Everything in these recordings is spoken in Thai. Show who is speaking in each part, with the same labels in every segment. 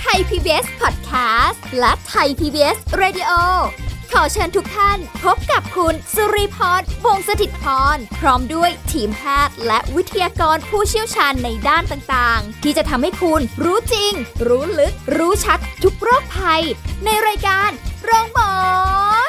Speaker 1: ไทย PBS Podcast และไทย PBS Radio ขอเชิญทุกท่านพบกับคุณ สุริพรวงศสถิตพร พร้อมด้วยทีมแพทย์และวิทยากรผู้เชี่ยวชาญในด้านต่างๆ ที่จะทำให้คุณรู้จริง รู้ลึก รู้ชัดทุกโรคภัย ในรายการโรงพยาบาล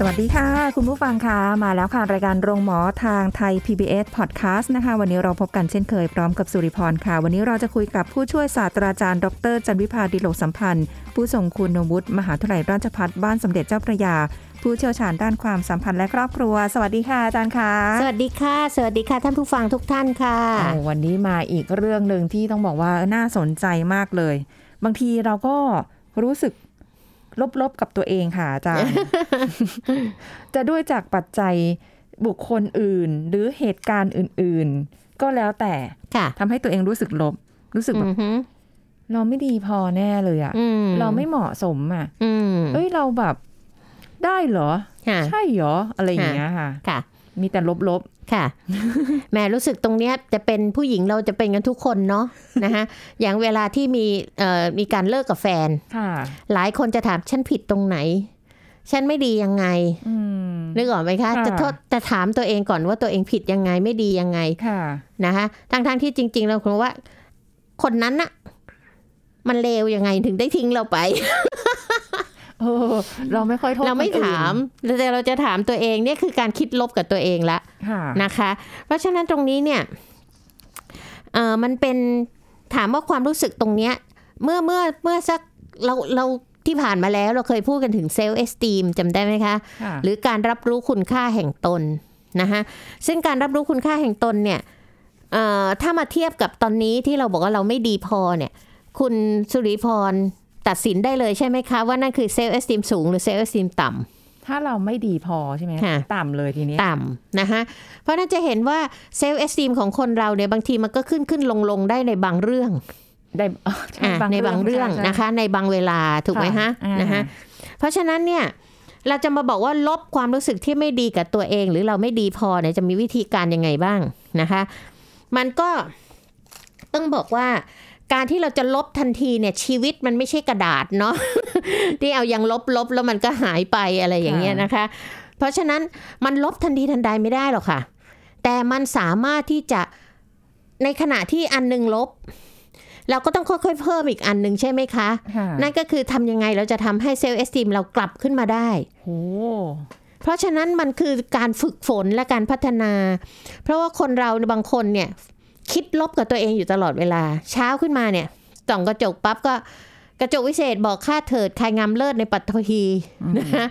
Speaker 2: สวัสดีค่ะ คุณผู้ฟังค่ะ มาแล้วค่ะ รายการโรงหมอทางไทย PBS Podcast นะคะ วันนี้เราพบกันเช่นเคยพร้อมกับสุริพรค่ะ วันนี้เราจะคุยกับผู้ช่วยศาสตราจารย์ ดร จันวิพาดิโลกสัมพันธ์ ผู้ทรงคุณวุฒิมหาวิทยาลัยราชภัฏบ้านสมเด็จเจ้าพระยา ผู้เชี่ยวชาญด้านความสัมพันธ์และครอบครัว สวัสดีค่ะอาจารย์ค่ะ
Speaker 3: สวัสดีค่ะ สวัสดีค่ะ ท่านผู้ฟังทุกท่านค่ะ
Speaker 2: โอ้วันนี้มาอีกเรื่องหนึ่งที่ต้องบอกว่าน่าสนใจมากเลย บางทีเราก็รู้สึกลบๆกับตัวเองค่ะอาจารย์ จะด้วยจากปัจจัยบุคคลอื่น หรือเหตุการณ์อื่นๆ ก็แล้วแต่
Speaker 3: ค่ะ
Speaker 2: ทำให้ตัวเองรู้สึกลบ รู้สึกแบ
Speaker 3: อื
Speaker 2: บ
Speaker 3: อหือ
Speaker 2: เราไม่ดีพอแน่เลยอะ
Speaker 3: อื
Speaker 2: เราไม่เหมาะสมอะ
Speaker 3: อืม
Speaker 2: เอ้ยเราแบบได้เหรอ
Speaker 3: ค่ะ
Speaker 2: ใช่เหรออะไรอย่างเงี้ยค่ะ
Speaker 3: ค่ะ
Speaker 2: มีแต่ลบ
Speaker 3: ค่ะ แหม่รู้สึกตรงเนี้ยจะเป็นผู้หญิงเราจะเป็นกันทุกคน เนาะ นะคะอย่างเวลาที่มีเอ่อมีการเลิกกับแฟน
Speaker 2: ๆค่ะ
Speaker 3: หลายคนจะถามฉันผิดตรงไหน ฉันไม่ดียังไง
Speaker 2: อืม
Speaker 3: นึกออกไหมคะ
Speaker 2: ค่ะ
Speaker 3: จะโทษจะถามตัวเองก่อนว่าตัวเองผิดยังไงไม่ดียังไง
Speaker 2: ค่ะ
Speaker 3: นะคะทั้งทั้งๆที่จริง ๆ เราคิดว่า คนนั้นน่ะ มันเลวยังไงถึงได้ทิ้งเราไป
Speaker 2: เออ เราไม่ค่อยโทษ
Speaker 3: เราไม่
Speaker 2: คนอื่น
Speaker 3: ถามแต่เราจะถามตัวเองเนี่ยคือการคิดลบกับตัวเองละ
Speaker 2: ค่ะ
Speaker 3: นะคะ เพราะฉะนั้นตรงนี้เนี่ยเออมันเป็นถามว่าความรู้สึกตรงเนี้ย เมื่อเมื่อเมื่อสักเราเราที่ผ่านมาแล้วเราเคยพูดกันถึงเซลล์เอสตีมจำได้ไหมคะ
Speaker 2: ค่ะ
Speaker 3: หรือการรับรู้คุณค่าแห่งตนนะคะซึ่งการรับรู้คุณค่าแห่งตนเนี่ยเอ่อถ้ามาเทียบกับตอนนี้ที่เราบอกว่าเราไม่ดีพอเนี่ย คุณสุริพรตัดสินได้เลยใช่ไหมคะว่านั่นคือเซลล์เอสติมสูงหรือเซลล์เอสติมต่ำ
Speaker 2: ถ้าเราไม่ดีพอใช่ไหม
Speaker 3: ค่ะ
Speaker 2: ต่ำเลยทีนี้
Speaker 3: ต่ำนะคะเพราะน่าจะเห็นว่าเซลล์เอสติมของคนเราเนี่ยบางทีมันก็ขึ้นขึ้นลงลงได้ในบางเรื่อง
Speaker 2: ได้ อ๋อใช่
Speaker 3: อ่ะในบางเรื่อง
Speaker 2: ใช่ใช่
Speaker 3: นะคะ ในบางเวลาถูกไหมฮะ
Speaker 2: อ่า
Speaker 3: นะคะ เพราะฉะนั้นเนี่ยเราจะมาบอกว่าลบความรู้สึกที่ไม่ดีกับตัวเอง หรือเราไม่ดีพอเนี่ยจะมีวิธีการยังไงบ้างนะคะ มันก็ต้องบอกว่าการที่เราจะลบทันทีเนี่ยชีวิตมันไม่ใช่กระดาษเนาะ ที่เอายังลบลบแล้วมันก็หายไปอะไรอย่างเงี้ยนะคะ เพราะฉะนั้นมันลบทันทีทันใดไม่ได้หรอกค่ะ แต่มันสามารถที่จะในขณะที่อันหนึงลบ เราก็ต้องค่อยๆเพิ่มอีกอันหนึ่งใช่ไหมคะ
Speaker 2: ค่ะ
Speaker 3: นั่นก็คือทำยังไงเราจะทำให้เซลล์เอสติมเรากลับขึ้นมาได้
Speaker 2: โอ้
Speaker 3: เพราะฉะนั้นมันคือการฝึกฝนและการพัฒนา เพราะว่าคนเราบางคนเนี่ย คิดลบกับตัวเองอยู่ตลอดเวลา เช้าขึ้นมาเนี่ยส่องกระจกปั๊บก็กระจกวิเศษบอกค่าเถิดใครงามเลิศในปัตตภี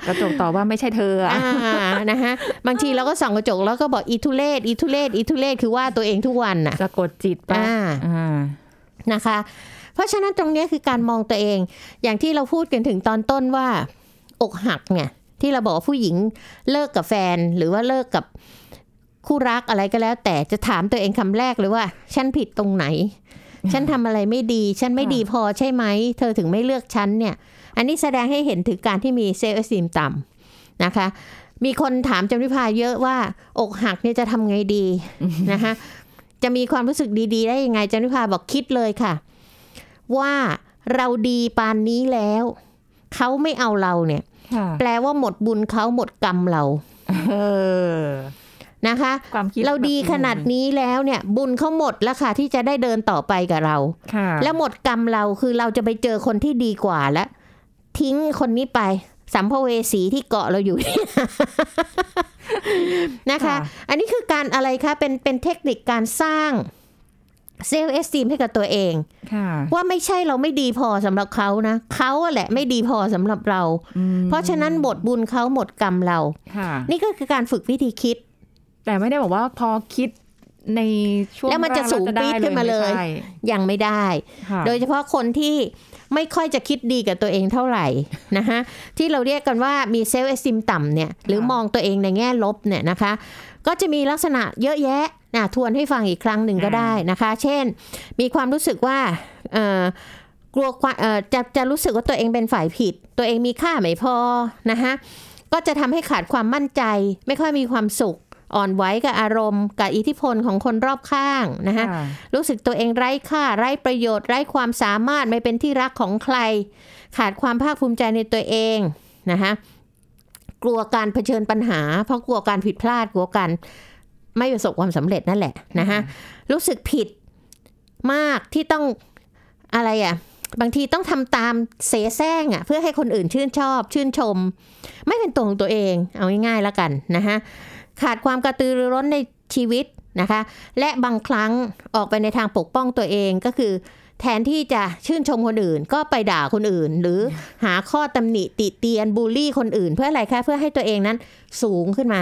Speaker 2: กระจกต่อบว่าไม่ใช่เธออะ
Speaker 3: อ่านะคะบางทีเราก็ส่องกระจกแล้วก็บอกอีทุเลศอีทุเลศอีทุเลศคือว่าตัวเองทุกวันน่ะ
Speaker 2: สะกดจิตปะ
Speaker 3: อ่า
Speaker 2: อ่า
Speaker 3: นะคะ เพราะฉะนั้นตรงเนี้ยคือการมองตัวเอง อย่างที่เราพูดกันถึงตอนต้นว่า อกหักเนี่ย ที่เราบอกว่าผู้หญิงเลิกกับแฟน หรือว่าเลิกกับคู่รักอะไรก็แล้ว แต่จะถามตัวเองคำแรกเลยว่า ฉันผิดตรงไหน ฉันทำอะไรไม่ดี ฉันไม่
Speaker 2: ค่ะ
Speaker 3: ดีพอใช่ไหม เธอถึงไม่เลือกฉันเนี่ย อันนี้แสดงให้เห็นถึงการที่มีเซลล์เอสติมต่ำนะคะ มีคนถามจำริพาเยอะว่า อกหักเนี่ยจะทำไงดีนะคะ จะมีความรู้สึกดีๆ ได้ยังไงจันทิพาบอกคิดเลยค่ะ ว่าเราดีปานนี้แล้ว เขาไม่เอาเราเนี่ย
Speaker 2: ค่ะ
Speaker 3: แปลว่าหมดบุญเขาหมดกรรมเรา
Speaker 2: เออ
Speaker 3: นะคะ
Speaker 2: ความคิด
Speaker 3: เราดีขนาดนี้แล้วเนี่ย บุญเขาหมดแล้วค่ะ ที่จะได้เดินต่อไปกับเรา
Speaker 2: ค่ะ
Speaker 3: แล้วหมดกรรมเราคือเราจะไปเจอคนที่ดีกว่าแล้ว ทิ้งคนนี้ไป สัมภเวสีที่เกาะเราอยู่ นะคะ อันนี้คือการอะไรคะเป็นเป็นเทคนิคการสร้างเซลล์เอสติมให้กับตัวเอง
Speaker 2: ค่ะ
Speaker 3: ว่าไม่ใช่เราไม่ดีพอสำหรับเขานะเขาอะแหละไม่ดีพอสำหรับเรา
Speaker 2: อืม
Speaker 3: เพราะฉะนั้นหมดบุญเขาหมดกรรมเรา
Speaker 2: ค่ะ
Speaker 3: นี่ก็คือการฝึกวิธีคิด
Speaker 2: แต่ไม่ได้บอกว่าพอคิดในช่วง
Speaker 3: แล้วมันจะสูงปี๊ดขึ้นมาเลย
Speaker 2: ไใช่
Speaker 3: ยังไม่ได้
Speaker 2: ค่ะ
Speaker 3: โดยเฉพาะคนที่ไม่ค่อยจะคิดดีกับตัวเองเท่าไหร่นะคะ ที่เราเรียกกันว่ามีเซลล์เอสติมต่ำเนี่ยหรือมองตัวเองในแง่ลบเนี่ยนะคะ ก็จะมีลักษณะเยอะแยะนะทวนให้ฟังอีกครั้งหนึ่งก็ได้นะคะ เช่น มีความรู้สึกว่าเอ่อ กลัวความเอ่อจะจะรู้สึกว่าตัวเองเป็นฝ่ายผิด ตัวเองมีค่าไม่พอนะคะก็จะทำให้ขาดความมั่นใจ ไม่ค่อยมีความสุข อ่อนไหวกับอารมณ์ กับอิทธิพลของคนรอบข้างนะคะ
Speaker 2: ค่ะ
Speaker 3: รู้สึกตัวเองไร้ค่า ไร้ประโยชน์ ไร้ความสามารถไม่เป็นที่รักของใคร ขาดความภาคภูมิใจในตัวเองนะคะกลัวการเผชิญปัญหา เพราะกลัวการผิดพลาดกลัวการไม่ประสบความสำเร็จนั่นแหละนะคะรู้สึกผิดมากที่ต้องอะไรอะ่ะบางทีต้องทำตามเสแสร้งอะ่ะเพื่อให้คนอื่นชื่นชอบ ชื่นชม ไม่เป็นตัวของตัวเอง เอาง่ายๆแล้วกันนะคะขาดความกระตือรือร้นในชีวิตนะคะ และบางครั้งออกไปในทางปกป้องตัวเองก็คือ แทนที่จะชื่นชมคนอื่น ก็ไปด่าคนอื่น หรือหาข้อตำหนิติเตียนบูลลี่คนอื่น เพื่ออะไรคะเพื่อให้ตัวเองนั้นสูงขึ้นมา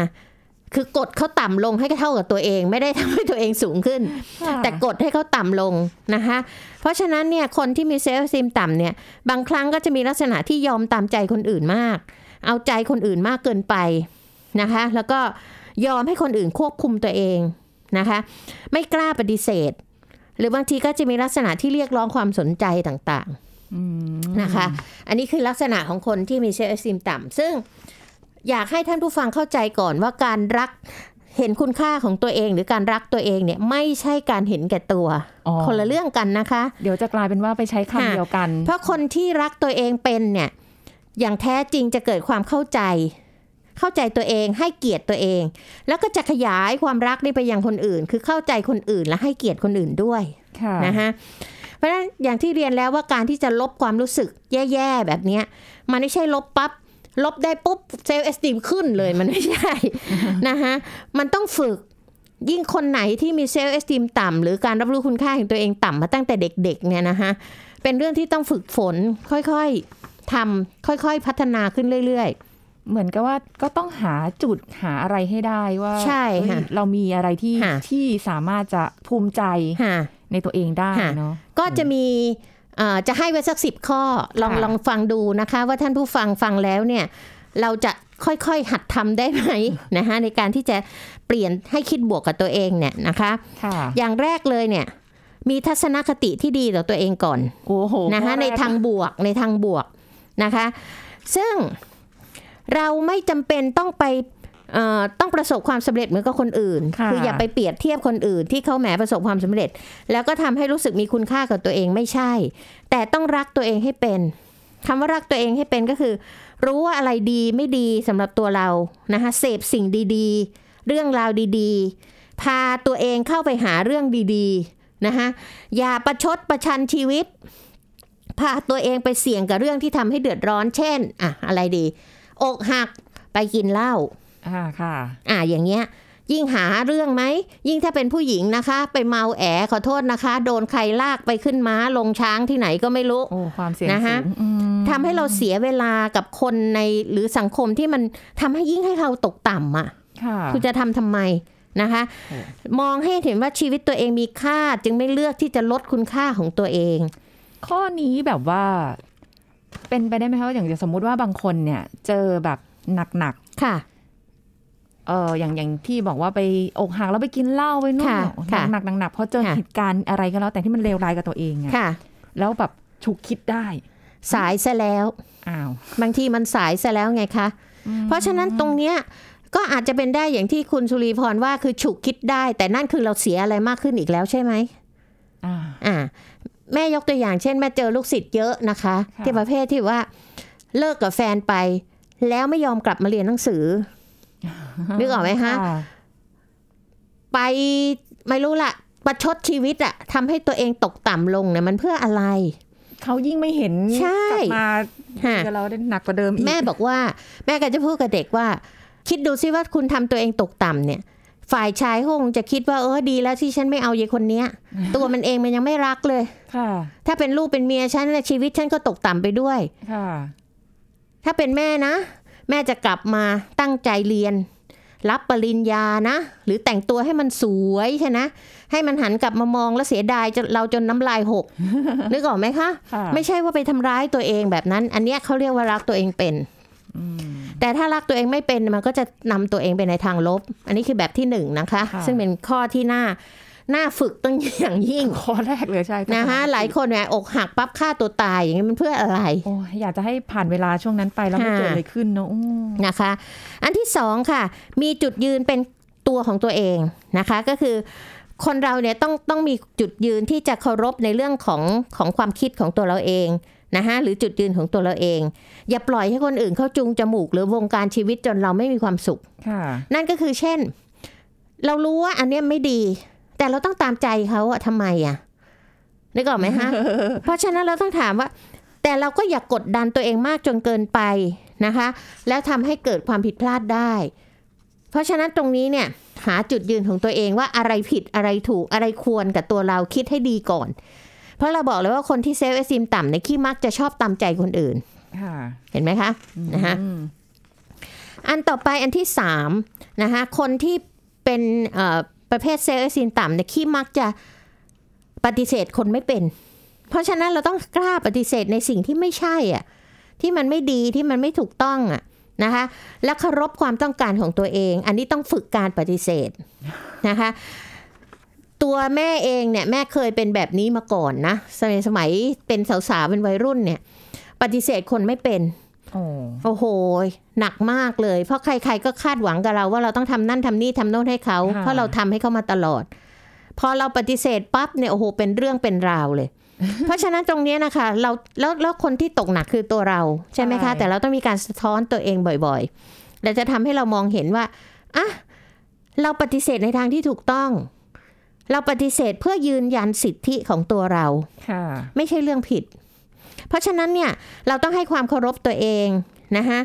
Speaker 3: คือกดเขาต่ำลงให้เท่ากับตัวเอง ไม่ได้ทำให้ตัวเองสูงขึ้น
Speaker 2: ค่ะ
Speaker 3: แต่กดให้เขาต่ำลงนะคะ เพราะฉะนั้นเนี่ยคนที่มีเซลล์ซิมต่ำเนี่ยบางครั้งก็จะมีลักษณะที่ยอมตามใจคนอื่นมาก เอาใจคนอื่นมากเกินไปนะคะ แล้วก็ยอมให้คนอื่นควบคุมตัวเองนะคะ ไม่กล้าปฏิเสธ หรือบางทีก็จะมีลักษณะที่เรียกร้องความสนใจต่าง
Speaker 2: อืม
Speaker 3: ๆนะคะ อันนี้คือลักษณะของคนที่มีเซลล์ซิมต่ำซึ่งอยากให้ท่านผู้ฟังเข้าใจก่อนว่าการรักเห็นคุณค่าของตัวเอง หรือการรักตัวเองเนี่ยไม่ใช่การเห็นแก่ตัว
Speaker 2: อ๋อ
Speaker 3: คนละเรื่องกันนะคะ
Speaker 2: เดี๋ยวจะกลายเป็นว่าไปใช้
Speaker 3: ค่ะ
Speaker 2: คำเดียวกัน
Speaker 3: เพราะคนที่รักตัวเองเป็นเนี่ย อย่างแท้จริงจะเกิดความเข้าใจ เข้าใจตัวเอง ให้เกียรติตัวเอง แล้วก็จะขยายความรักนี่ไปยังคนอื่น คือเข้าใจคนอื่นและให้เกียรติคนอื่นด้วย
Speaker 2: ค่ะ
Speaker 3: นะคะเพราะฉะนั้นอย่างที่เรียนแล้วว่าการที่จะลบความรู้สึกแย่ๆแบบเนี้ย มันไม่ใช่ลบปั๊บลบได้ปุ๊บเซลล์เอสติมขึ้นเลยมันไม่ใช่ นะคะมันต้องฝึกยิ่งคนไหนที่มีเซลล์เอสติมต่ำหรือการรับรู้คุณค่าของตัวเองต่ำมาตั้งแต่เด็กๆเนี่ยนะคะเป็นเรื่องที่ต้องฝึกฝนค่อยๆทำค่อยๆพัฒนาขึ้นเรื่อย
Speaker 2: เหมือนกับว่าก็ต้องหาจุดหาอะไรให้ได้ว่า
Speaker 3: ใช่
Speaker 2: เฮ้
Speaker 3: ค่ะ
Speaker 2: ยเรามีอะไรที่
Speaker 3: ค่ะ
Speaker 2: ที่สามารถจะภูมิใจ
Speaker 3: ๆค่ะ
Speaker 2: ในตัวเองได้
Speaker 3: ค่ะ
Speaker 2: เนาะ
Speaker 3: ก็จะมีเอ่อจะให้ไว้สักสิบข้อลอง
Speaker 2: ค่ะ
Speaker 3: ลองฟังดูนะคะ ว่าท่านผู้ฟังฟังแล้วเนี่ยเราจะค่อยๆหัดทำได้ไหมนะคะ ในการที่จะเปลี่ยนให้คิดบวกกับตัวเองเนี่ยนะคะ
Speaker 2: ค่ะ
Speaker 3: อย่างแรกเลยเนี่ยมีทัศนคติที่ดีต่อตัวเองก่อน
Speaker 2: โอ้โห
Speaker 3: นะ
Speaker 2: ข้อแร
Speaker 3: คะ
Speaker 2: ก
Speaker 3: ในทางบวกในทางบวกนะคะ ซึ่งเราไม่จำเป็นต้องไปเอ่อต้องประสบความสำเร็จเหมือนกับคนอื่น
Speaker 2: ค่ะ
Speaker 3: ออย่าไปเปรียบเทียบคนอื่น ที่เขาแหมประสบความสำเร็จ แล้วก็ทำให้รู้สึกมีคุณค่ากับตัวเองไม่ใช่ แต่ต้องรักตัวเองให้เป็นคำว่ารักตัวเองให้เป็นก็คือ รู้ว่าอะไรดีไม่ดีสำหรับตัวเรานะคะเสพสิ่งดีๆ เรื่องราวดีๆ พาตัวเองเข้าไปหาเรื่องดีๆนะคะอย่าประชดประชันชีวิต พาตัวเองไปเสี่ยงกับเรื่องที่ทำให้เดือดร้อน เช่น อ่ะ อะไรดี อกหักไปกินเหล้า
Speaker 2: อ่าค่ะ
Speaker 3: อ่ะ อย่างเงี้ย ยิ่งหาเรื่องไหม ยิ่งถ้าเป็นผู้หญิงนะคะ ไปเมาแอขอโทษนะคะ โดนใครลากไปขึ้นม้าลงช้างที่ไหนก็ไม่รู้
Speaker 2: โอ้ความเสี่ยง
Speaker 3: นะคะ
Speaker 2: สูงอืม
Speaker 3: ทำให้เราเสียเวลากับคนในหรือสังคมที่มันทำให้ยิ่งให้เราตกต่ำอ่ะ
Speaker 2: ค่ะ
Speaker 3: คุณจะทำทำไมนะคะ
Speaker 2: โอ้
Speaker 3: มองให้เห็นว่าชีวิตตัวเองมีค่า จึงไม่เลือกที่จะลดคุณค่าของตัวเอง
Speaker 2: ข้อนี้แบบว่า เป็นไปได้ไหมคะว่าอย่างสมมุติว่าบางคนเนี่ย เจอแบบหนัก
Speaker 3: ค่ะ
Speaker 2: ๆเอออย่างอย่างที่บอกว่าไปอกหักแล้วไปกินเหล้าไปนู่น
Speaker 3: ค่ะค่ะ
Speaker 2: หนักๆหนักๆเพราะเจอ
Speaker 3: ค่ะ
Speaker 2: เหตุการณ์อะไรก็แล้วแต่ที่มันเลวร้ายกับตัวเองอะ
Speaker 3: ค่ะ
Speaker 2: แล้วแบบฉุกคิดได้
Speaker 3: สายซะแล้ว
Speaker 2: อ้าว
Speaker 3: บางทีมันสายซะแล้วไงคะ เพราะฉะนั้นตรงเนี้ยก็อาจจะเป็นได้อย่างที่คุณสุรีพรว่าคือฉุกคิดได้ แต่นั่นคือเราเสียอะไรมากขึ้นอีกแล้วใช่ไหม
Speaker 2: อ่า
Speaker 3: อ่าแม่ยกตัวอย่างเช่น แม่เจอลูกศิษย์เยอะนะคะ
Speaker 2: ค่ะ
Speaker 3: ที่ประเภทที่ว่าเลิกกับแฟนไป แล้วไม่ยอมกลับมาเรียนหนัง สือ นึกออกไหมคะ ไปไม่รู้ละประชดชีวิตอะทำให้ตัวเองตกต่ำลงเนี่ยมันเพื่ออะไร
Speaker 2: เขายิ่งไม่เห็น
Speaker 3: ใช่
Speaker 2: กลับมา
Speaker 3: ฮะ
Speaker 2: เจอเราได้หนักกว่าเดิมอีก
Speaker 3: แม่บอกว่าแม่ก็จะพูดกับเด็กว่า คิดดูซิว่าคุณทำตัวเองตกต่ำเนี่ย ฝ่ายชายคงจะคิดว่าเออดีแล้วที่ฉันไม่เอาเยายคนเนี้ย ตัวมันเองมันยังไม่รักเลย
Speaker 2: ค่ะ
Speaker 3: ถ้าเป็นลูกเป็นเมียฉันน่ะชีวิตฉันก็ตกต่ำไปด้วย
Speaker 2: ค่ะ
Speaker 3: ถ้าเป็นแม่นะ แม่จะกลับมาตั้งใจเรียน รับปริญญานะ หรือแต่งตัวให้มันสวยใช่นะ ให้มันหันกลับมามองแล้วเสียดายจนเราจนน้ำลายหก นึกออกไหมคะ
Speaker 2: ค่ะ
Speaker 3: ไม่ใช่ว่าไปทำร้ายตัวเองแบบนั้น อันเนี้ยเขาเรียกว่ารักตัวเองเป็น แต่ถ้ารักตัวเองไม่เป็นมันก็จะนำตัวเองไปในทางลบ อันนี้คือแบบที่หนึ่งนะคะ
Speaker 2: ค่ะ
Speaker 3: ซึ่งเป็นข้อที่น่า น่าฝึกตั้งอย่างยิ่ ง
Speaker 2: ข้อแรกเลยใช่ก็
Speaker 3: นะคะหลายคนเนี่ยอกหักปั๊บฆ่าตัวตายอย่างนี้มันเพื่ออะไร
Speaker 2: โอ้ยอยากจะให้ผ่านเวลาช่วงนั้นไปแล้วไม่
Speaker 3: ค่ะ
Speaker 2: เกิดอะไรขึ้นเนอะอืม
Speaker 3: นะคะอันที่สองค่ะ มีจุดยืนเป็นตัวของตัวเองนะคะก็คือคนเราเนี่ยต้องต้องมีจุดยืนที่จะเคารพในเรื่องของของความคิดของตัวเราเองนะคะหรือจุดยืนของตัวเราเอง อย่าปล่อยให้คนอื่นเข้าจุงจมูก หรือวงการชีวิตจนเราไม่มีความสุข
Speaker 2: ค่ะ
Speaker 3: นั่นก็คือเช่น เรารู้ว่าอันเนี้ยไม่ดี แต่เราต้องตามใจเขาอะทำไมอะนึกออกไหม ฮะ เพราะฉะนั้นเราต้องถามว่า แต่เราก็อย่ากกดดันตัวเองมากจนเกินไปนะคะ แล้วทำให้เกิดความผิดพลาดได้ เพราะฉะนั้นตรงนี้เนี่ยหาจุดยืนของตัวเองว่าอะไรผิดอะไรถูกอะไรควรกับตัวเราคิดให้ดีก่อน เพราะเราบอกเลยว่าคนที่เซฟเอซิมต่ำในยขี้มักจะชอบตามใจคนอื่น
Speaker 2: ค่ะ
Speaker 3: เห็นไหมคะนะคะ
Speaker 2: อืม
Speaker 3: อันต่อไปอันที่สามนะคะคนที่เป็นเอ่อประเภทเซลล์เอซินต่ำเนี่ยขี้มักจะปฏิเสธคนไม่เป็น เพราะฉะนั้นเราต้องกล้าปฏิเสธในสิ่งที่ไม่ใช่อ่ะที่มันไม่ดีที่มันไม่ถูกต้องอ่ะนะคะและเคารพความต้องการของตัวเอง อันนี้ต้องฝึกการปฏิเสธนะคะตัวแม่เองเนี่ยแม่เคยเป็นแบบนี้มาก่อนนะสมัยสมัยเป็นสาวๆเป็นวัยรุ่นเนี่ยปฏิเสธคนไม่เป็น
Speaker 2: โอ้
Speaker 3: โอ้โห หนักมากเลย เพราะใคร ๆ ก็คาดหวังกับเราว่าเราต้องทำนั่นทำนี่ทำโน่นให้เขา
Speaker 2: ค่ะ
Speaker 3: เพราะเราทำให้เขามาตลอด พอเราปฏิเสธปั๊บเนี่ยโอ้โห เป็นเรื่องเป็นราว เลย เพราะฉะนั้นตรงเนี้ยนะคะ เราแล้วแล้วคนที่ตกหนักคือตัวเรา ใช่ไหมคะ
Speaker 2: ใช่
Speaker 3: แต่เราต้องมีการสะท้อนตัวเองบ่อยๆและจะทำให้เรามองเห็นว่าอ่ะเราปฏิเสธในทางที่ถูกต้อง เราปฏิเสธเพื่อยืนยันสิทธิของตัวเรา
Speaker 2: ค่ะ
Speaker 3: ไม่ใช่เรื่องผิด เพราะฉะนั้นเนี่ยเราต้องให้ความเคารพตัวเองนะคะ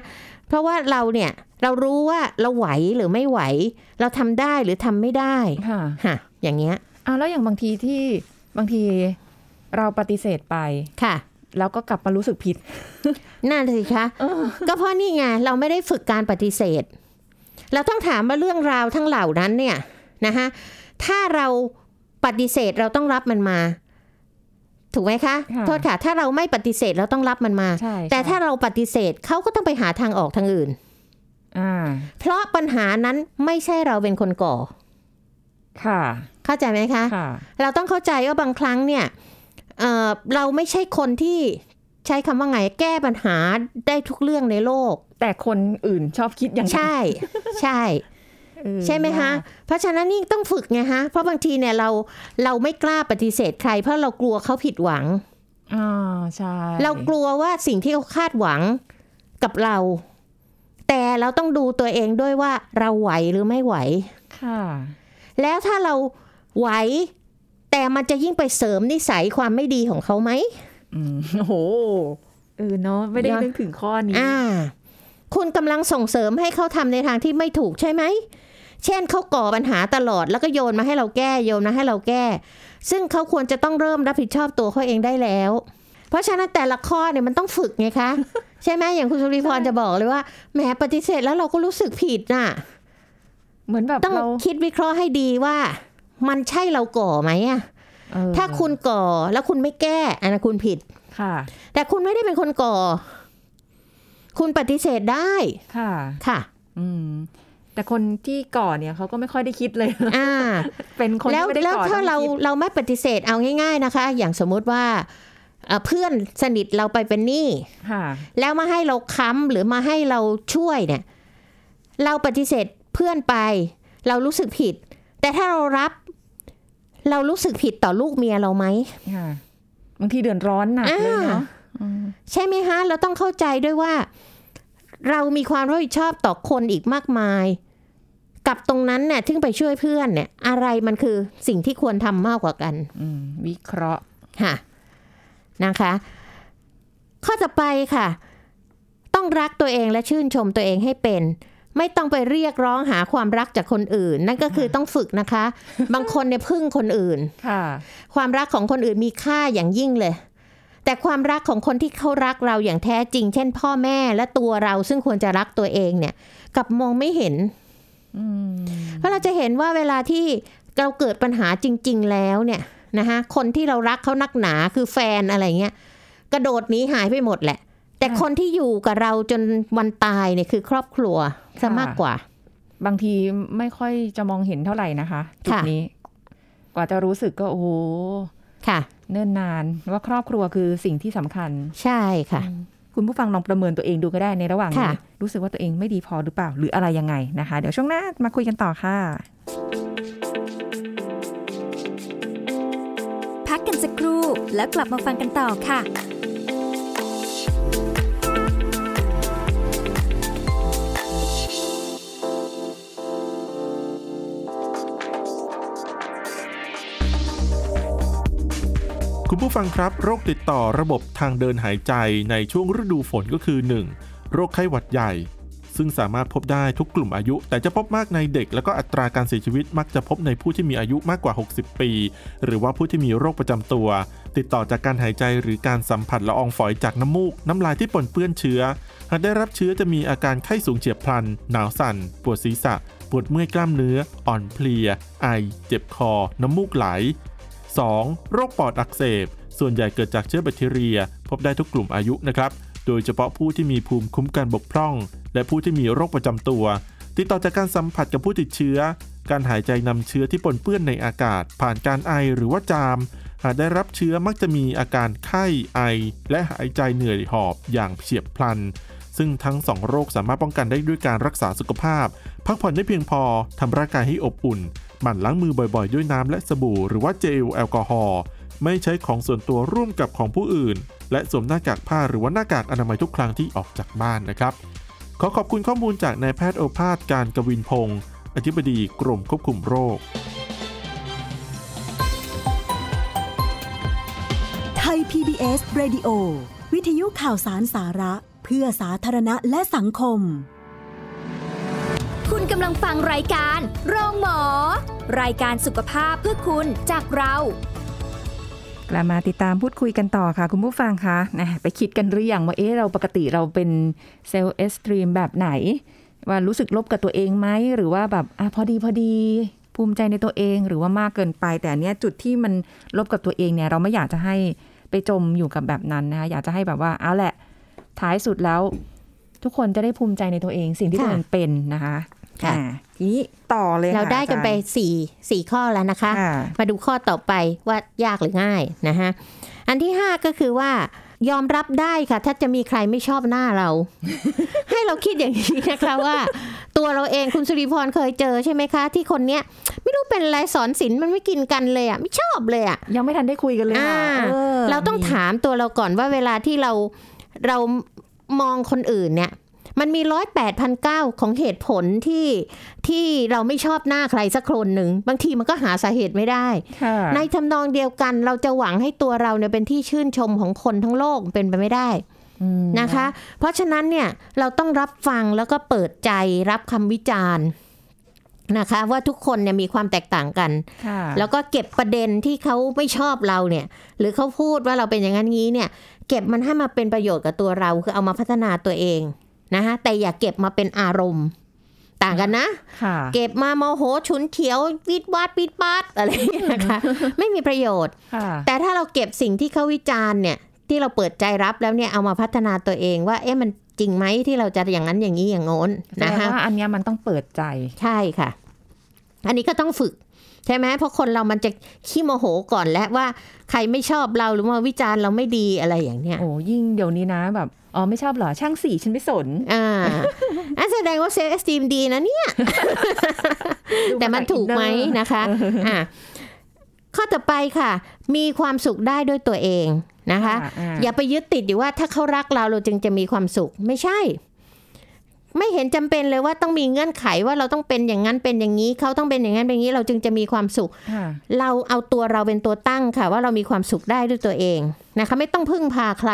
Speaker 3: เพราะว่าเราเนี่ยเรารู้ว่าเราไหวหรือไม่ไหว เราทำได้หรือทำไม่ได้
Speaker 2: ค่ะ
Speaker 3: ฮะอย่างเงี้ย
Speaker 2: เอาแล้วอย่างบางทีที่บางทีเราปฏิเสธไป
Speaker 3: ค่ะ
Speaker 2: แล้วก็กลับมารู้สึกผิด
Speaker 3: นั่นสิคะ
Speaker 2: เออ
Speaker 3: ก็เพราะนี่ไงเราไม่ได้ฝึกการปฏิเสธ เราต้องถามว่าเรื่องราวทั้งเหล่านั้นเนี่ยนะคะถ้าเราปฏิเสธเราต้องรับมันมา ถูกไหมคะ
Speaker 2: ค่ะ
Speaker 3: โทษค่ะ ถ้าเราไม่ปฏิเสธเราต้องรับมันมา
Speaker 2: ใช่
Speaker 3: แต่ถ้า
Speaker 2: ใช่
Speaker 3: เราปฏิเสธเขาก็ต้องไปหาทางออกทางอื่น
Speaker 2: อ่า
Speaker 3: เพราะปัญหานั้นไม่ใช่เราเป็นคนก่อ
Speaker 2: ค่ะ
Speaker 3: เข้าใจไหมคะ
Speaker 2: ค่ะ
Speaker 3: เราต้องเข้าใจว่าบางครั้งเนี่ยเอ่อเราไม่ใช่คนที่ใช้คำว่าไงแก้ปัญหาได้ทุกเรื่องในโลก
Speaker 2: แต่คนอื่นชอบคิดอย่างนั้น
Speaker 3: ใช่ ใช่
Speaker 2: เออ
Speaker 3: ใช่ไหมคะ
Speaker 2: ยาก
Speaker 3: เพราะฉะนั้นนี่ต้องฝึกไงฮะ เพราะบางทีเนี่ยเราเราไม่กล้าปฏิเสธใคร เพราะเรากลัวเขาผิดหวัง
Speaker 2: อ่าใช่
Speaker 3: เรากลัวว่าสิ่งที่เขาคาดหวังกับเรา แต่เราต้องดูตัวเองด้วยว่าเราไหวหรือไม่ไหว
Speaker 2: ค่ะ
Speaker 3: แล้วถ้าเราไหว แต่มันจะยิ่งไปเสริมนิสัยความไม่ดีของเขาไหม
Speaker 2: อืมโอ้โหเออเนาะไม่ได้
Speaker 3: เนอะ
Speaker 2: นึกถึงข้อนี้
Speaker 3: อ่า คุณกำลังส่งเสริมให้เขาทำในทางที่ไม่ถูกใช่ไหม เช่นเขาก่อปัญหาตลอดแล้วก็โยนมาให้เราแก้โยนมาให้เราแก้ ซึ่งเขาควรจะต้องเริ่มรับผิดชอบตัวเขาเองได้แล้ว เพราะฉะนั้นแต่ละข้อเนี่ยมันต้องฝึกไง คะ ใช่ไหมอย่างคุณสุริพรจะบอกเลยว่าแหมปฏิเสธแล้วเราก็รู้สึกผิดน่ะ
Speaker 2: เหมือนแบบ
Speaker 3: ต้อง
Speaker 2: เรา
Speaker 3: คิดวิเคราะห์ให้ดีว่า มันใช่เราก่อไหมอะ
Speaker 2: เออ
Speaker 3: ถ้าคุณก่อแล้วคุณไม่แก้อันนั้นคุณผิด
Speaker 2: ค่ะ
Speaker 3: แต่คุณไม่ได้เป็นคนก่อ คุณปฏิเสธได้
Speaker 2: ค่ะ
Speaker 3: ค่ะ
Speaker 2: อืม แต่คนที่ก่อเนี่ยเขาก็ไม่ค่อยได้คิดเลย
Speaker 3: อ่า
Speaker 2: เป็นคน
Speaker 3: แล้ว
Speaker 2: ที่ไม่ได้
Speaker 3: แล้ว
Speaker 2: ก่อ
Speaker 3: ถ้าเรา
Speaker 2: ต้องคิด
Speaker 3: เราไม่ปฏิเสธเอาง่าย ๆนะคะ อย่างสมมุติว่าเอ่อเพื่อนสนิทเราไปเป็นหนี้
Speaker 2: ค่ะ
Speaker 3: แล้วมาให้เราค้ำหรือมาให้เราช่วยเนี่ย เราปฏิเสธเพื่อนไป เรารู้สึกผิด แต่ถ้าเรารับ เรารู้สึกผิดต่อลูกเมียเราไหม
Speaker 2: ค่ะบางทีเดือดร้อนหนักเลยเนาะอืม
Speaker 3: ใช่ไหมคะเราต้องเข้าใจด้วยว่า เรามีความรับผิดชอบต่อคนอีกมากมาย กับตรงนั้นเนี่ยทึ่งไปช่วยเพื่อนเนี่ย อะไรมันคือสิ่งที่ควรทำมากกว่ากัน
Speaker 2: อืมวิเคราะห์
Speaker 3: ค่ะนะคะ ข้อต่อไปค่ะ ต้องรักตัวเองและชื่นชมตัวเองให้เป็น ไม่ต้องไปเรียกร้องหาความรักจากคนอื่น นั่นก็คือต้องฝึกนะคะ บางคนเนี่ยพึ่งคนอื่น
Speaker 2: ค่ะ
Speaker 3: ความรักของคนอื่นมีค่าอย่างยิ่งเลย แต่ความรักของคนที่เขารักเราอย่างแท้จริง เช่น พ่อแม่และตัวเราซึ่งควรจะรักตัวเองเนี่ยกลับมองไม่เห็น
Speaker 2: อืม
Speaker 3: เพราะเราจะเห็นว่าเวลาที่เราเกิดปัญหาจริง ๆ แล้วเนี่ยนะคะคนที่เรารักเขานักหนาคือแฟนอะไรเงี้ยกระโดดหนีหายไปหมดแหละ แต่คนที่อยู่กับเราจนวันตายเนี่ยคือครอบครัวซะมากกว่า
Speaker 2: บางทีไม่ค่อยจะมองเห็นเท่าไหร่นะคะจุด
Speaker 3: ค่ะ
Speaker 2: นี้ กว่าจะรู้สึกก็โอ้โห
Speaker 3: ค่ะ
Speaker 2: เนิ่นนานว่าครอบครัวคือสิ่งที่สำคัญ
Speaker 3: ใช่ค่ะ
Speaker 2: คุณผู้ฟังลองประเมินตัวเองดูก็ได้ในระหว่างนี้
Speaker 3: ค่ะ
Speaker 2: รู้สึกว่าตัวเองไม่ดีพอหรือเปล่า หรืออะไรยังไงนะคะ เดี๋ยวช่วงหน้ามาคุยกันต่อค่ะ
Speaker 1: พักกันสักครู่แล้วกลับมาฟังกันต่อค่ะ
Speaker 4: คุณผู้ฟังครับ โรคติดต่อระบบทางเดินหายใจในช่วงฤดูฝนก็คือ 1. โรคไข้หวัดใหญ่ ซึ่งสามารถพบได้ทุกกลุ่มอายุ แต่จะพบมากในเด็ก แล้วก็อัตราการเสียชีวิตมักจะพบในผู้ที่มีอายุมากกว่า 60 ปี หรือว่าผู้ที่มีโรคประจำตัว ติดต่อจากการหายใจหรือการสัมผัสละอองฝอยจากน้ำมูก น้ำลายที่ปนเปื้อนเชื้อ หากได้รับเชื้อจะมีอาการไข้สูงเฉียบพลัน หนาวสั่น ปวดศีรษะ ปวดเมื่อยกล้ามเนื้อ อ่อนเพลีย ไอ เจ็บคอ น้ำมูกไหล 2. โรคปอดอักเสบ ส่วนใหญ่เกิดจากเชื้อแบคทีเรีย พบได้ทุกกลุ่มอายุนะครับ โดยเฉพาะผู้ที่มีภูมิคุ้มกันบกพร่อง และผู้ที่มีโรคประจำตัว ติดต่อจากการสัมผัสกับผู้ติดเชื้อ การหายใจนำเชื้อที่ปนเปื้อนในอากาศ ผ่านการไอหรือว่าจาม หากได้รับเชื้อมักจะมีอาการไข้ไอ และหายใจเหนื่อยหอบอย่างเฉียบพลัน ซึ่งทั้ง 2 โรคสามารถป้องกันได้ด้วยการรักษาสุขภาพ พักผ่อนได้เพียงพอ ทำร่างกายให้อบอุ่น หมั่นล้างมือบ่อยๆ ด้วยน้ำและสบู่ หรือว่าเจลแอลกอฮอล์ ไม่ใช้ของส่วนตัวร่วมกับของผู้อื่น และสวมหน้ากากผ้าหรือว่าหน้ากากอนามัยทุกครั้งที่ออกจากบ้านนะครับ ขอขอบคุณข้อมูลจากนายแพทย์โอภาสการกวินพงศ์อธิบดีกรมควบคุมโรค
Speaker 5: ไทย PBS Radio วิทยุข่าวสารสาระ เพื่อสาธารณะและสังคม
Speaker 1: คุณกำลังฟังรายการ โรงหมอ รายการสุขภาพเพื่อคุณจากเรา
Speaker 2: กลับมาติดตามพูดคุยกันต่อค่ะ คุณผู้ฟังคะนะไปคิดกันหรือยังว่าเอ๊ะเราปกติเราเป็นเซลล์เอสตรีมแบบไหน ว่ารู้สึกลบกับตัวเองไหม หรือว่าแบบอะพอดีพอดี ภูมิใจในตัวเองหรือว่ามากเกินไป แต่อันเนี้ยจุดที่มันลบกับตัวเองเนี่ย เราไม่อยากจะให้ไปจมอยู่กับแบบนั้นนะคะอยากจะให้แบบว่าเอาแหละ ท้ายสุดแล้ว ทุกคนจะได้ภูมิใจในตัวเอง สิ่งที่
Speaker 3: ค่ะ
Speaker 2: ตัวเองเป็นนะคะ
Speaker 3: ค่ะ
Speaker 2: อ่าทีนี้ต่อเลย
Speaker 3: เรา
Speaker 2: ค่ะ
Speaker 3: ได้กันไป
Speaker 2: อ
Speaker 3: สี่สี่ข้อแล้วนะคะ
Speaker 2: าจารย์ค่ะ
Speaker 3: มาดูข้อต่อไปว่ายากหรือง่ายนะฮะ อันที่ 5 ก็คือว่ายอมรับได้ค่ะ ถ้าจะมีใครไม่ชอบหน้า เรา ให้เราคิดอย่างนี้นะคะว่า ตัวเราเองคุณสุริพรเคยเจอใช่ไหมคะ ที่คนเนี้ย ไม่รู้เป็นอะไรสอนศิลป์มันไม่กินกันเลยอ่ะไม่ชอบเลยอ่ะ
Speaker 2: ยังไม่ทันได้คุยกันเลยค่ะ
Speaker 3: อ่า
Speaker 2: ออ
Speaker 3: เราต้องถามตัวเราก่อนว่าเวลาที่เราเรามองคนอื่นเนี่ย มันมีร้อยแปดพันเก้าของเหตุผลที่ที่เราไม่ชอบหน้าใครสักคนหนึ่งบางทีมันก็หาสาเหตุไม่ได้
Speaker 2: ค่ะ
Speaker 3: ในทำนองเดียวกันเราจะหวังให้ตัวเราเนี่ยเป็นที่ชื่นชมของคนทั้งโลกเป็นไปไม่ได้
Speaker 2: อืม
Speaker 3: นะคะ เพราะฉะนั้นเนี่ยเราต้องรับฟังแล้วก็เปิดใจรับคำวิจารณ์นะคะ ว่าทุกคนเนี่ยมีความแตกต่างกัน
Speaker 2: ค่ะ
Speaker 3: แล้วก็เก็บประเด็นที่เขาไม่ชอบเราเนี่ย หรือเขาพูดว่าเราเป็นอย่างนั้นงี้เนี่ย เก็บมันให้มาเป็นประโยชน์กับตัวเราคือเอามาพัฒนาตัวเองนะคะแต่อย่าเก็บมาเป็นอารมณ์ ต่างกันนะ
Speaker 2: ค่ะ
Speaker 3: เก็บมาโมโหฉุนเฉียววิดวาดวิดวาดอะไรอย่างเงี้ย นะคะ ไม่มีประโยชน์
Speaker 2: ค่ะ
Speaker 3: แต่ถ้าเราเก็บสิ่งที่เขาวิจารณ์เนี่ย ที่เราเปิดใจรับแล้วเนี่ยเอามาพัฒนาตัวเองว่า เอ๊ะมันจริงไหมที่เราจะอย่างนั้นอย่างนี้อย่างโน้น
Speaker 2: แต่
Speaker 3: นะคะ
Speaker 2: ว่าอันเนี้ยมันต้องเปิดใจ
Speaker 3: ใช่ค่ะ อันนี้ก็ต้องฝึก ใช่ไหมเพราะคนเรามันจะขี้โมโหก่อนและว่าใครไม่ชอบเราหรือมาวิจารณ์เราไม่ดีอะไรอย่างเนี้ย
Speaker 2: โอ้ยิ่งเดี๋ยวนี้นะแบบ อ๋อ ไม่ชอบเหรอ ช่างสีฉันไม่สน
Speaker 3: อ่าอันแสดงว่าเซลล์เอสตีมดีนะเนี่ย
Speaker 2: ดูา
Speaker 3: แต่มัน
Speaker 2: จา
Speaker 3: ถูกไหม
Speaker 2: inner
Speaker 3: นะคะอ่ะข้อต่อไปค่ะ มีความสุขได้ด้วยตัวเองนะคะ
Speaker 2: อ่า
Speaker 3: อย่าไปยึดติดอยู่ว่าถ้าเขารักเราเราจึงจะมีความสุขไม่ใช่ ไม่เห็นจำเป็นเลยว่าต้องมีเงื่อนไขว่าเราต้องเป็นอย่างนั้นเป็นอย่างนี้ เขาต้องเป็นอย่างนั้นเป็นอย่างนี้ เราจึงจะมีความสุข
Speaker 2: ค่ะ
Speaker 3: เราเอาตัวเราเป็นตัวตั้งค่ะ ว่าเรามีความสุขได้ด้วยตัวเองนะคะ ไม่ต้องพึ่งพาใคร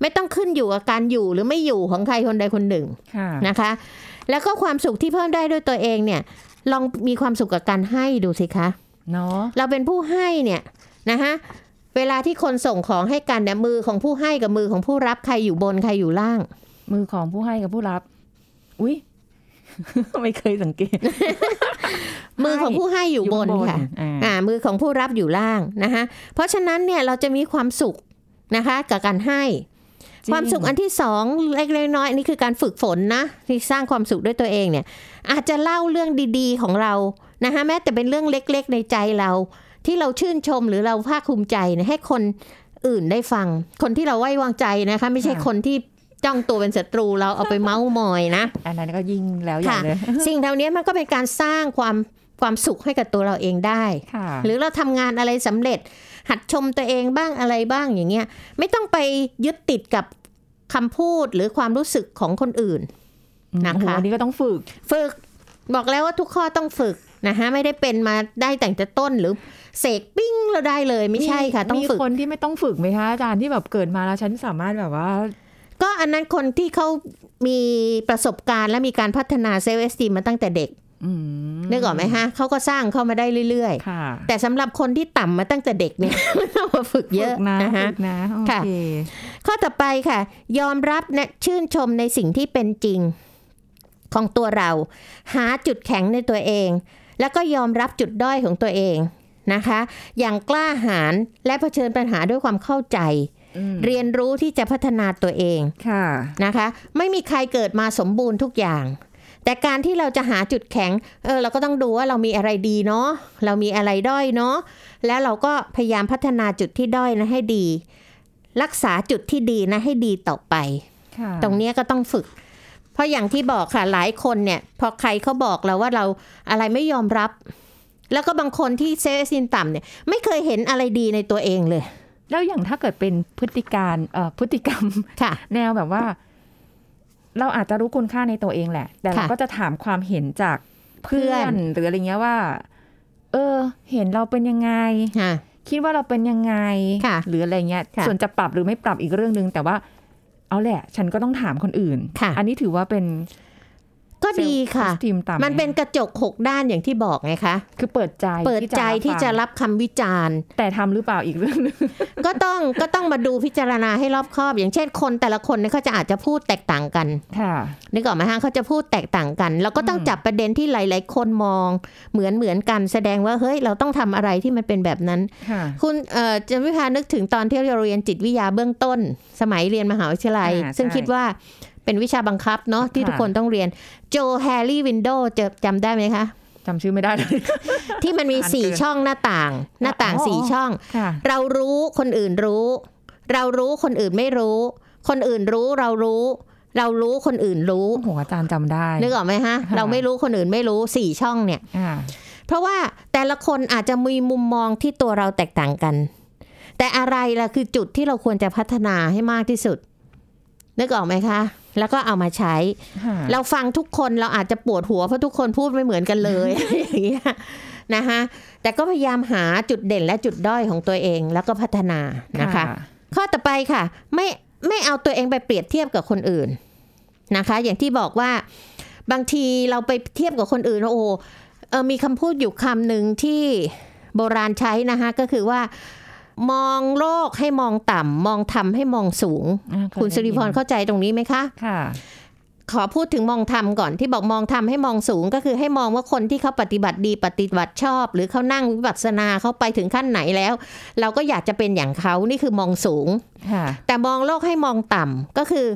Speaker 3: ไม่ต้องขึ้นอยู่กับการอยู่หรือไม่อยู่ของใครคนใดคนหนึ่ง
Speaker 2: ค่ะ
Speaker 3: นะคะ แล้วก็ความสุขที่เพิ่มได้ด้วยตัวเองเนี่ย ลองมีความสุขกับการให้ดูสิคะ
Speaker 2: เนาะ
Speaker 3: เราเป็นผู้ให้เนี่ยนะคะเวลาที่คนส่งของให้กันเนี่ยมือของผู้ให้กับมือของผู้รับใครอยู่บนใครอยู่ล่าง
Speaker 2: มือของผู้ให้กับผู้รับ อุ้ย ไม่เคยสังเกต
Speaker 3: มือของผู้ให้อยู่บน
Speaker 2: อยู่ข้างบน
Speaker 3: ค่ะ
Speaker 2: อ่า
Speaker 3: อ่า มือของผู้รับอยู่ล่างนะคะเพราะฉะนั้นเนี่ยเราจะมีความสุขนะคะกับการให้
Speaker 2: จริง
Speaker 3: ความสุขอันที่สองเล็กๆน้อยๆอันนี้คือการฝึกฝนนะที่สร้างความสุขด้วยตัวเองเนี่ย อาจจะเล่าเรื่องดีๆของเรานะคะแม้แต่เป็นเรื่องเล็กๆในใจเรา ที่เราชื่นชมหรือเราภาคภูมิใจเนี่ยให้คนอื่นได้ฟัง คนที่เราไว้วางใจนะคะ ไม่ใช่
Speaker 2: ค่ะ
Speaker 3: คนที่จ้องตัวเป็นศัตรูเราเอาไปเมาส์มอยนะ
Speaker 2: อันนั้นก็ยิ่งแล้วอย่างเลย
Speaker 3: สิ่งเหล่านี้มันก็เป็นการสร้างความความสุขให้กับตัวเราเองได้
Speaker 2: ค่ะ
Speaker 3: หรือเราทำงานอะไรสำเร็จ หัดชมตัวเองบ้างอะไรบ้างอย่างเงี้ย ไม่ต้องไปยึดติดกับคำพูดหรือความรู้สึกของคนอื่น นะคะ
Speaker 2: โอ้โหอันนี้ก็ต้องฝึก
Speaker 3: ฝึกบอกแล้วว่าทุกข้อต้องฝึกนะคะไม่ได้เป็นมาได้แต่งแต่ต้นหรือเสกปิ้งเราได้เลยไม่ใช่ค่ะ ต้องฝึก
Speaker 2: มีคนที่ไม่ต้องฝึกไหมคะอาจารย์ที่แบบเกิดมาแล้วฉันสามารถแบบว่า
Speaker 3: ก็อันนั้นคนที่เขามีประสบการณ์และมีการพัฒนาเซลล์เอสตีมาตั้งแต่เด็ก
Speaker 2: อืม
Speaker 3: นึกออกไหมฮะเขาก็สร้างเข้ามาได้เรื่อยๆ
Speaker 2: ค่ะ
Speaker 3: แต่สำหรับคนที่ต่ำมาตั้งแต่เด็กเนี่ย ไม่ต้องมาฝึกเยอะ
Speaker 2: ฝึกนะ
Speaker 3: นะคะ
Speaker 2: ฝึกนะโอ
Speaker 3: ค่ะ
Speaker 2: เค
Speaker 3: ข้อต่อไปค่ะ ยอมรับและชื่นชมในสิ่งที่เป็นจริงของตัวเรา หาจุดแข็งในตัวเอง แล้วก็ยอมรับจุดด้อยของตัวเองนะคะ อย่างกล้าหาญและเผชิญปัญหาด้วยความเข้าใจ
Speaker 2: อืม
Speaker 3: เรียนรู้ที่จะพัฒนาตัวเอง
Speaker 2: ค่ะ
Speaker 3: นะคะ ไม่มีใครเกิดมาสมบูรณ์ทุกอย่าง แต่การที่เราจะหาจุดแข็งเออเราก็ต้องดูว่าเรามีอะไรดีเนาะเรามีอะไรด้อยเนาะแล้วเราก็พยายามพัฒนาจุดที่ด้อยนะให้ดี รักษาจุดที่ดีนะให้ดีต่อไป
Speaker 2: ค่ะ
Speaker 3: ตรงเนี้ยก็ต้องฝึก เพราะอย่างที่บอกค่ะหลายคนเนี่ย พอใครเขาบอกเราว่าเราอะไรไม่ยอมรับ แล้วก็บางคนที่เซลล์ซินต่ำเนี่ย ไม่เคยเห็นอะไรดีในตัวเองเลย
Speaker 2: แล้วอย่างถ้าเกิดเป็นพฤติการเอ่อพฤติกรรม
Speaker 3: ค่ะ
Speaker 2: แนวแบบว่า เราอาจจะรู้คุณค่าในตัวเองแหละ แต่เรา
Speaker 3: ค่ะ
Speaker 2: ก็จะถามความเห็นจากเพื่อ
Speaker 3: เพื่
Speaker 2: น
Speaker 3: อน
Speaker 2: หรืออะไรเงี้ยว่า เออ เห็นเราเป็นยังไง
Speaker 3: ค่ะ
Speaker 2: คิดว่าเราเป็นยังไง
Speaker 3: ค่ะ
Speaker 2: หรืออะไรเงี้ย
Speaker 3: ค่ะ
Speaker 2: ส่วนจะปรับหรือไม่ปรับอีกเรื่องหนึงแต่ว่า เอาแหละ ฉันก็ต้องถามคนอื่น
Speaker 3: ค่ะ
Speaker 2: อันนี้ถือว่าเป็น
Speaker 3: ก็ดีค่ะ
Speaker 2: ทีมต่ำ
Speaker 3: มันเป็นกระจกหกด้านอย่างที่บอกไงคะ
Speaker 2: คือเปิดใจ
Speaker 3: เปิดใจที่จะ
Speaker 2: รับฟั
Speaker 3: รับคำวิจารณ์
Speaker 2: ง แต่ทำหรือเปล่าอีกเรื่องหนึง
Speaker 3: ก็ต้องก็ต้องมาดูพิจารณาให้รอบคอบ อย่างเช่นคนแต่ละคนเนี่ยเขาจะอาจจะพูดแตกต่างกัน
Speaker 2: ค่ะ
Speaker 3: นึกออกไหมฮะเขาจะพูดแตกต่างกัน เราก็ต้อง
Speaker 2: อืม
Speaker 3: จับประเด็นที่หลาย ๆ คนมองเหมือนเหมือนกัน แสดงว่าเฮ้ยเราต้องทำอะไรที่มันเป็นแบบนั้น
Speaker 2: ค่ะ
Speaker 3: คุณเอ่อจำวิพานึกถึงตอนที่เราเรียนจิตวิทยาเบื้องต้น สมัยเรียนมหาวิทยาลัย
Speaker 2: อ่า
Speaker 3: ซึ่ง
Speaker 2: ใช่
Speaker 3: คิดว่าเป็นวิชาบังคับเนาะที่ทุก
Speaker 2: ค่ะ
Speaker 3: คนต้องเรียนโจแฮร์รี่วินโดว์จะจำได้ไหมคะ
Speaker 2: จำชื่อไม่ได้เลย
Speaker 3: ที่มันมี
Speaker 2: อ่าน
Speaker 3: สี่
Speaker 2: เกิน
Speaker 3: ช่องหน้าต่าง หน้าต่าง
Speaker 2: อ๋อ
Speaker 3: สี่ช่อง
Speaker 2: ค่ะ
Speaker 3: เรารู้คนอื่นรู้ เรารู้คนอื่นไม่รู้ คนอื่นรู้เรารู้ เรารู้คนอื่นรู้
Speaker 2: โอ้โหอาจารย์จำได้
Speaker 3: นึกออกไหมฮะ
Speaker 2: ค่ะ
Speaker 3: เราไม่รู้คนอื่นไม่รู้สี่ช่องเนี่ย
Speaker 2: อ่า
Speaker 3: เพราะว่าแต่ละคนอาจจะมีมุมมองที่ตัวเราแตกต่างกัน แต่อะไรล่ะคือจุดที่เราควรจะพัฒนาให้มากที่สุด นึกออกไหมคะ แล้วก็เอามาใช้
Speaker 2: ค่ะ
Speaker 3: เราฟังทุกคนเราอาจจะปวดหัวเพราะทุกคนพูดไม่เหมือนกันเลย อย่างเงี้ยนะคะแต่ก็พยายามหาจุดเด่นและจุดด้อยของตัวเองแล้วก็พัฒนานะคะ ข้อต่อไปค่ะ ไม่ไม่เอาตัวเองไปเปรียบเทียบกับคนอื่นนะคะ อย่างที่บอกว่าบางทีเราไปเทียบกับคนอื่นโอ้โหเออมีคำพูดอยู่คำหนึ่งที่โบราณใช้นะคะก็คือว่า มองโลกให้มองต่ำมองธรรมให้มองสูง
Speaker 2: อ่าเย
Speaker 3: คุณสุริพรเข้าใจตรงนี้ไหมคะ
Speaker 2: ค่ะ
Speaker 3: ขอพูดถึงมองธรรมก่อนที่บอกมองธรรมให้มองสูงก็คือให้มองว่าคนที่เขาปฏิบัติดีปฏิบัติชอบ หรือเขานั่งวิปัสสนาเขาไปถึงขั้นไหนแล้ว เราก็อยากจะเป็นอย่างเขานี่คือมองสูง
Speaker 2: ค่ะ
Speaker 3: แต่มองโลกให้มองต่ำก็คือ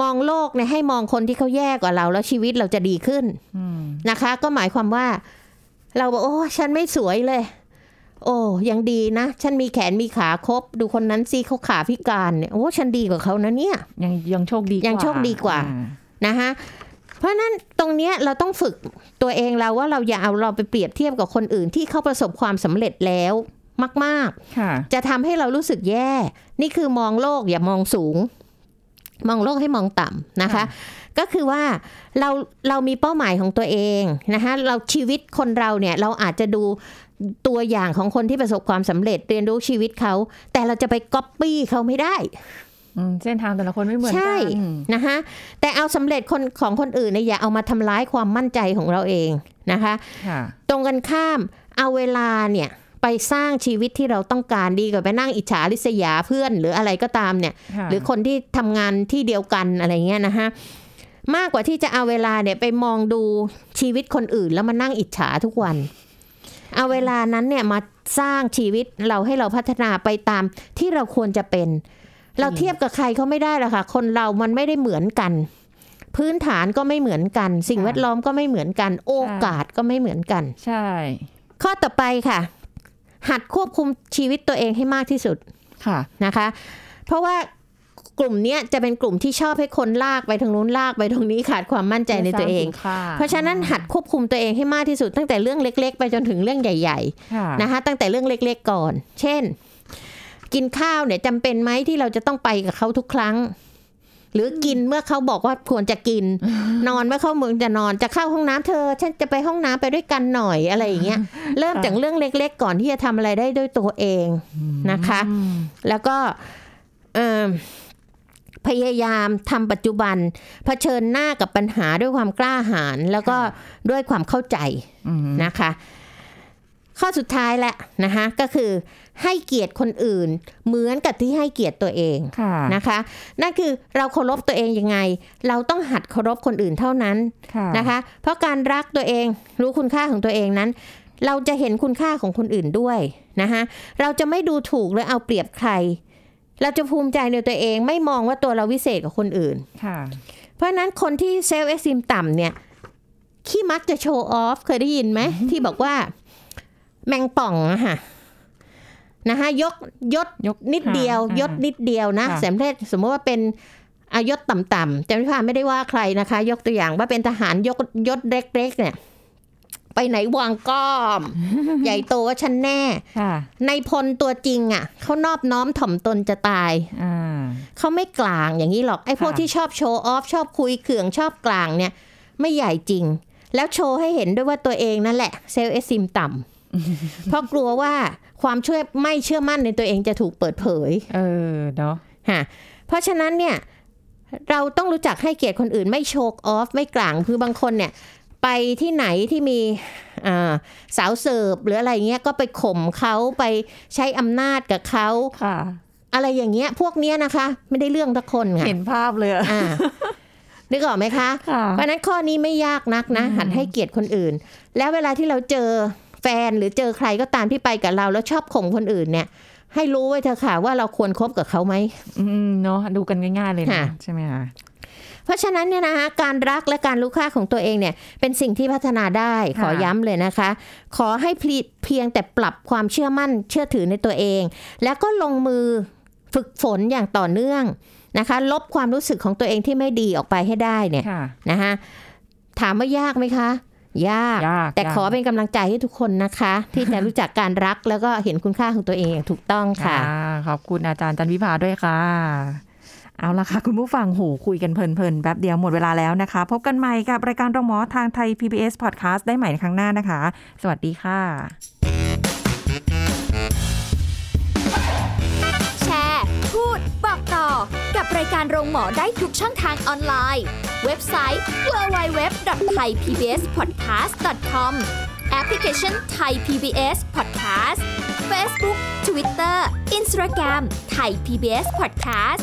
Speaker 3: มองโลกเนี่ยให้มองคนที่เขาแย่กว่าเรา แล้วชีวิตเราจะดีขึ้น
Speaker 2: อืม
Speaker 3: นะคะ ก็หมายความว่า เราบอกโอ้ฉันไม่สวยเลย โอ้ยังดีนะ ฉันมีแขนมีขาครบ ดูคนนั้นสิเขาขาพิการเนี่ยโอ้ฉันดีกว่าเขานะเนี่ย
Speaker 2: ยังยังโชคดีกว่า
Speaker 3: ยังโชคดีกว่า
Speaker 2: อ่
Speaker 3: นะคะเพราะฉะนั้นตรงเนี้ยเราต้องฝึกตัวเองเราว่าเราอย่าเอาเราไปเปรียบเทียบกับคนอื่นที่เขาประสบความสำเร็จแล้วมาก
Speaker 2: ค่ะ
Speaker 3: ๆ จะทำให้เรารู้สึกแย่ นี่คือมองโลกอย่ามองสูง มองโลกให้มองต่ำนะคะ
Speaker 2: ค่ะ
Speaker 3: ก็คือว่าเราเรามีเป้าหมายของตัวเองนะคะเราชีวิตคนเราเนี่ยเราอาจจะดูตัวอย่างของคนที่ประสบความสำเร็จเรียนรู้ชีวิตเขาแต่เราจะไปก๊อปปี้เขาไม่ได้
Speaker 2: อืมเส้นทางแต่ละคนไม่เหมือน
Speaker 3: ใช่
Speaker 2: กันอืม
Speaker 3: นะคะแต่เอาสำเร็จคนของคนอื่นเนี่ยอย่าเอามาทำร้ายความมั่นใจของเราเองนะคะ
Speaker 2: ค่ะ
Speaker 3: ตรงกันข้ามเอาเวลาเนี่ยไปสร้างชีวิตที่เราต้องการดีกว่าไปนั่งอิจฉาริษยาเพื่อนหรืออะไรก็ตามเนี่ย
Speaker 2: ค่ะ
Speaker 3: หรือคนที่ทำงานที่เดียวกันอะไรเงี้ยนะคะมากกว่าที่จะเอาเวลาเนี่ยไปมองดูชีวิตคนอื่นแล้วมานั่งอิจฉาทุกวัน เอาเวลานั้นเนี่ยมาสร้างชีวิตเราให้เราพัฒนาไปตามที่เราควรจะเป็น เราเทียบกับใครเขาไม่ได้หรอกค่ะ คนเรามันไม่ได้เหมือนกัน พื้นฐานก็ไม่เหมือนกัน สิ่งแวดล้อมก็ไม่เหมือนกัน โอกาสก็ไม่เหมือนกัน
Speaker 2: ใช่
Speaker 3: ข้อต่อไปค่ะ หัดควบคุมชีวิตตัวเองให้มากที่สุด
Speaker 2: ค่ะ
Speaker 3: นะคะ เพราะว่ากลุ่มเนี้ยจะเป็นกลุ่มที่ชอบให้คนลากไปทางนู้นลากไปตรงนี้ขาดความมั่นใจในตัวเอง เพราะฉะนั้นหัดควบคุมตัวเองให้มากที่สุด ตั้งแต่เรื่องเล็ก ๆ ไปจนถึงเรื่องใหญ่
Speaker 2: ค่ะ
Speaker 3: ๆ นะคะ ตั้งแต่เรื่องเล็ก ๆ ก่อน เช่น กินข้าวเนี่ยจำเป็นไหมที่เราจะต้องไปกับเขาทุกครั้ง หรือกินเมื่อเขาบอกว่าควรจะกิน นอนเมื่อเขาเมืองจะนอนจะเข้าห้องน้ำเธอ ฉันจะไปห้องน้ำไปด้วยกันหน่อยอะไรอย่างเงี้ย เริ่มจากเรื่องเล็ก ๆ ก่อนที่จะทำอะไรได้ด้วยตัวเองนะคะ
Speaker 2: อืม
Speaker 3: แล้วก็เอิ่มพยายามทำปัจจุบันเผชิญหน้ากับปัญหาด้วยความกล้าหาญแล้วก็ด้วยความเข้าใจ
Speaker 2: อืม
Speaker 3: นะคะ ข้อสุดท้ายแหละนะคะก็คือให้เกียรติคนอื่น เหมือนกับที่ให้เกียรติตัวเอง
Speaker 2: ค่ะ
Speaker 3: นะคะ นั่นคือเราเคารพตัวเองยังไง เราต้องหัดเคารพคนอื่นเท่านั้น
Speaker 2: ค่ะ
Speaker 3: นะคะ เพราะการรักตัวเองรู้คุณค่าของตัวเองนั้น เราจะเห็นคุณค่าของคนอื่นด้วยนะคะเราจะไม่ดูถูกหรือเอาเปรียบใคร เราจะภูมิใจในตัวเองไม่มองว่าตัวเราวิเศษกว่าคนอื่น
Speaker 2: ค่ะ
Speaker 3: เพราะฉะนั้นคนที่เซลล์เอส m ิมต่ำเนี่ยขี้มักจะโชว์ออฟ เคยได้ยินไหม ที่บอกว่าแมงป่องอะค่ะนะคะยกยศ
Speaker 2: ยก
Speaker 3: นิดเดียว
Speaker 2: อ่า
Speaker 3: ยศนิดเดียวนะ
Speaker 2: ค่ะ
Speaker 3: สำเร็จสมมติว่าเป็นอายศต่ำๆจำพิพาไม่ได้ว่าใครนะคะ ยกตัวอย่างว่าเป็นทหารยกยศเล็กๆเนี่ย ไปไหนวางก้อ ม ใหญ่โตว่าฉันแน่
Speaker 2: ค่ะ
Speaker 3: ในพลตัวจริงอ่ะเขานอบน้อมถ่อมตนจะตาย
Speaker 2: อ่า
Speaker 3: เขาไม่กลางอย่างนี้หรอก ไอ้พวก
Speaker 2: ค่ะ
Speaker 3: ที่ชอบโชว์ออฟ ชอบคุยเขื่องชอบกลางเนี่ย ไม่ใหญ่จริง แล้วโชว์ให้เห็นด้วยว่าตัวเองนั่นแหละเซลล์เอซิมต่ ำ เพราะกลัวว่าความเชื่อไม่เชื่อมั่นในตัวเองจะถูกเปิดเผย
Speaker 2: เออเนาะ
Speaker 3: ค่ะเพราะฉะนั้นเนี่ยเราต้องรู้จักให้เกียรติคนอื่นไม่โชกออฟ ไม่กลางคือบางคนเนี่ย ไปที่ไหนที่มีอ่าสาวเสิร์ฟหรืออะไรเงี้ยก็ไปข่มเขาไปใช้อำนาจกับเขา
Speaker 2: ค่ะ
Speaker 3: อะไรอย่างเงี้ย พวกเนี้ยนะคะ ไม่ได้เรื่องทุกคนค่ะ
Speaker 2: เห็นภาพเลยอะ
Speaker 3: อ่านึกออกไหมคะ
Speaker 2: ค่ะ
Speaker 3: เพราะฉะนั้นข้อนี้ไม่ยากนักนะ หัดให้เกียรติคนอื่น แล้วเวลาที่เราเจอแฟนหรือเจอใครก็ตามที่ไปกับเรา แล้วชอบข่มคนอื่นเนี่ย ให้รู้ไว้เถอะค่ะว่าเราควรคบกับเขาไหม
Speaker 2: อืมเนาะดูกันง่าย ๆ เลยนะ
Speaker 3: ค่ะ
Speaker 2: ใช่ไหมคะ
Speaker 3: เพราะฉะนั้นเนี่ยนะคะการรักและการรู้ค่าของตัวเองเนี่ยเป็นสิ่งที่พัฒนาได้ขอย้ำเลยนะคะ ขอให้เพียเพียงแต่ปรับความเชื่อมั่นเชื่อถือในตัวเอง แล้วก็ลงมือฝึกฝนอย่างต่อเนื่องนะคะ ลบความรู้สึกของตัวเองที่ไม่ดีออกไปให้ได้เนี่ย
Speaker 2: ค่ะ
Speaker 3: นะคะถามว่ายากไหมคะ ยาก
Speaker 2: ยาก
Speaker 3: แต่
Speaker 2: ยาก
Speaker 3: ขอเป็นกำลังใจให้ทุกคนนะคะ ที่จะรู้จักการรักแล้วก็เห็นคุณค่าของตัวเองอย่างถูกต้องค่ะ
Speaker 2: อ่าขอบคุณอาจารย์จันวิภาด้วยค่ะ เอาละค่ะ คุณผู้ฟังโหคุยกันเพลินๆแป๊บเดียวหมดเวลาแล้วนะคะ พบกันใหม่กับรายการโรงหมอทางไทย PBS Podcast ได้ใหม่ในครั้งหน้านะคะ สวัสดีค่ะ
Speaker 1: แชร์ พูด บอกต่อกับรายการโรงหมอได้ทุกช่องทางออนไลน์ เว็บไซต์ www.thaipbspodcast.com แอปพลิเคชัน Thai PBS Podcast Facebook Twitter Instagram Thai PBS Podcast